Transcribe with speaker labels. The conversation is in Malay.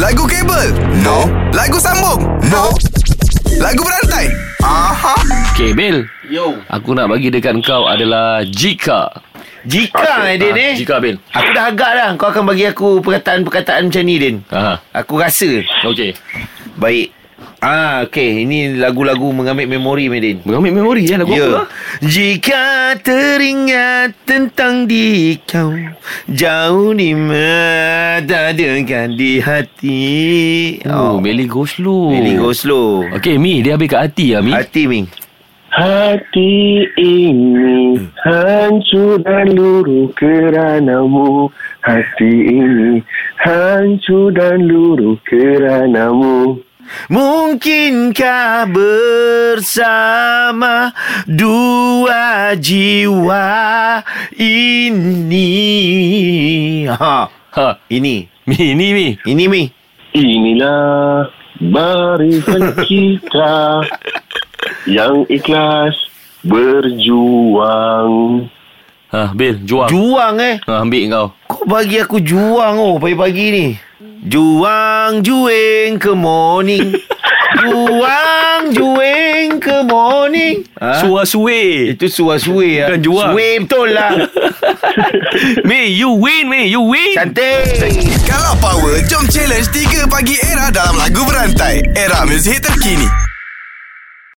Speaker 1: Lagu kabel? No. Lagu sambung? No. Lagu berantai? Aha.
Speaker 2: Okay, Bil.
Speaker 3: Yo.
Speaker 2: Aku nak bagi dekat kau adalah jika.
Speaker 3: Jika okay. Din
Speaker 2: Ah,
Speaker 3: eh.
Speaker 2: Jika, Bil.
Speaker 3: Aku dah agak dah Kau akan bagi aku perkataan-perkataan macam ni Din.
Speaker 2: Ha.
Speaker 3: Aku rasa.
Speaker 2: Okey.
Speaker 3: Baik. Ah, okey. Ini lagu-lagu mengambil memori Medin.
Speaker 2: Mengambil memori ya lagu
Speaker 3: Ya.
Speaker 2: apa?
Speaker 3: Jika teringat tentang di kau Jauh di mata dengan di hati
Speaker 2: Oh, Meli go slow.
Speaker 3: Really go slow
Speaker 2: Okey, Mi, dia habis kat hati ya, Mi.
Speaker 3: Hati Ming
Speaker 4: Hati ini hancur dan luruh keranamu Hati ini hancur dan luruh keranamu
Speaker 3: Mungkinkah bersama dua jiwa ini Ha
Speaker 2: Ha.
Speaker 3: Ini
Speaker 2: Mi, ni Mi.
Speaker 3: Ini Ming
Speaker 4: Inilah barisan kita yang ikhlas berjuang.
Speaker 2: Ha, Bil, juang.
Speaker 3: Juang eh
Speaker 2: ha, ambil kau.
Speaker 3: Kau bagi aku juang oh pagi-pagi ni. Juang juing ke morning. juang juing ke morning. Ha?
Speaker 2: Suar suwe.
Speaker 3: Itu suai-suai
Speaker 2: Bukan juang.
Speaker 3: Suai betul lah.
Speaker 2: Mi, you win, Mi. You win.
Speaker 3: Cantik.
Speaker 1: Kalau power, jom challenge 3 pagi era dalam lagu berantai. Era muzik terkini.